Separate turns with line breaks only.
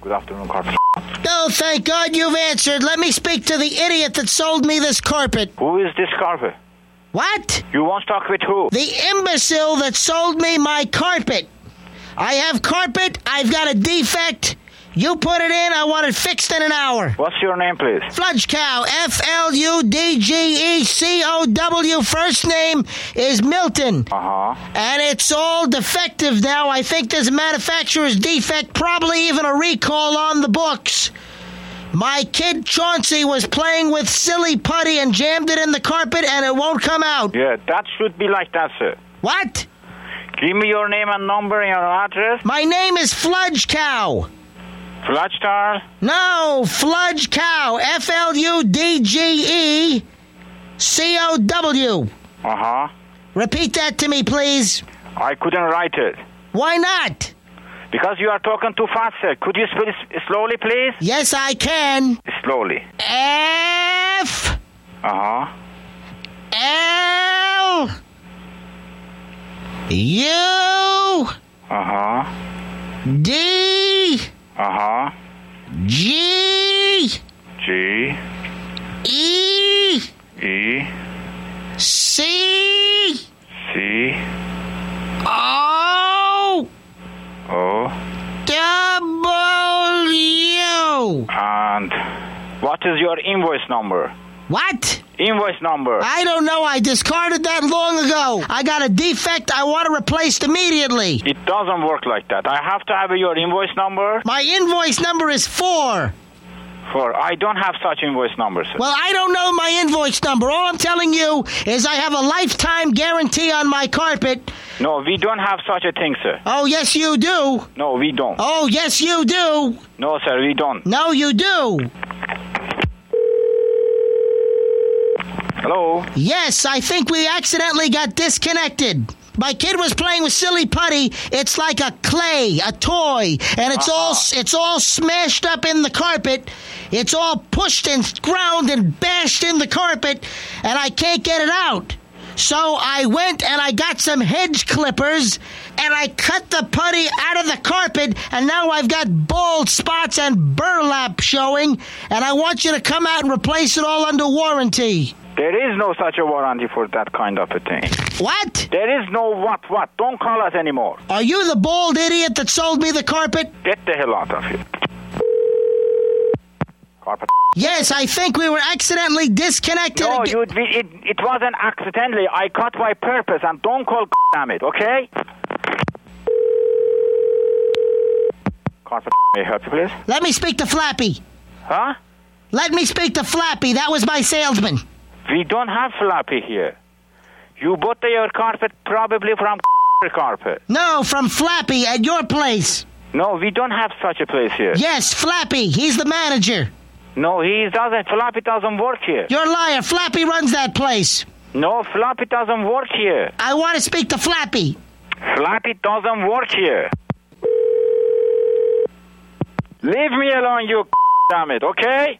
Good afternoon, Carpet.
Oh, thank God you've answered. Let me speak to the idiot that sold me this carpet.
Who is this Carpet?
What?
You want to talk with who?
The imbecile that sold me my carpet. I have carpet, I've got a defect. You put it in, I want it fixed in an hour.
What's your name, please?
Fludge Cow, F L U D G E C O W, first name is Milton.
Uh huh.
And it's all defective now. I think there's a manufacturer's defect, probably even a recall on the books. My kid Chauncey was playing with silly putty and jammed it in the carpet and it won't come out.
Yeah, that should be like that, sir.
What?
Give me your name and number and your address.
My name is Fludge Cow.
Flash Star.
No, Fludge Cow. F L U D G E C O W.
Uh huh.
Repeat that to me, please.
I couldn't write it.
Why not?
Because you are talking too fast, sir. Could you spell it s- slowly, please?
Yes, I can.
Slowly.
F
Uh huh.
L U
Uh huh.
D
Uh huh.
G
G
E
E
C
C
O
O
W.
and what is your invoice number?
What?
Invoice number.
I don't know. I discarded that long ago. I got a defect I want to replace immediately.
It doesn't work like that. I have to have your invoice number.
My invoice number is four.
For I don't have such invoice number, sir.
Well, I don't know my invoice number. All I'm telling you is I have a lifetime guarantee on my carpet.
No, we don't have such a thing, sir.
Oh, yes, you do.
No, we don't.
Oh, yes, you do.
No, sir, we don't.
No, you do.
Hello.
Yes, I think we accidentally got disconnected. My kid was playing with silly putty. It's like a clay, a toy, and it's all it's all smashed up in the carpet. It's all pushed and ground and bashed in the carpet, and I can't get it out. So I went and I got some hedge clippers and I cut the putty out of the carpet and now I've got bald spots and burlap showing and I want you to come out and replace it all under warranty.
There is no such a warranty for that kind of a thing.
What?
There is no what what. Don't call us anymore.
Are you the bald idiot that sold me the carpet?
Get the hell out of here. Carpet.
Yes, I think we were accidentally disconnected.
No,
aga-
you. It, it, it wasn't accidentally. I cut by purpose, and don't call. Damn it. Okay. Carpet. May I help you, please?
Let me speak to Flappy.
Huh?
Let me speak to Flappy. That was my salesman.
We don't have floppy here. You bought your carpet probably from carpet.
No, from Flappy at your place.
No, we don't have such a place here.
Yes, Flappy. He's the manager.
No, he doesn't. Floppy doesn't work here.
You're a liar. Flappy runs that place.
No, floppy doesn't work here.
I want to speak to Flappy.
Floppy doesn't work here. Leave me alone, you damn it, okay?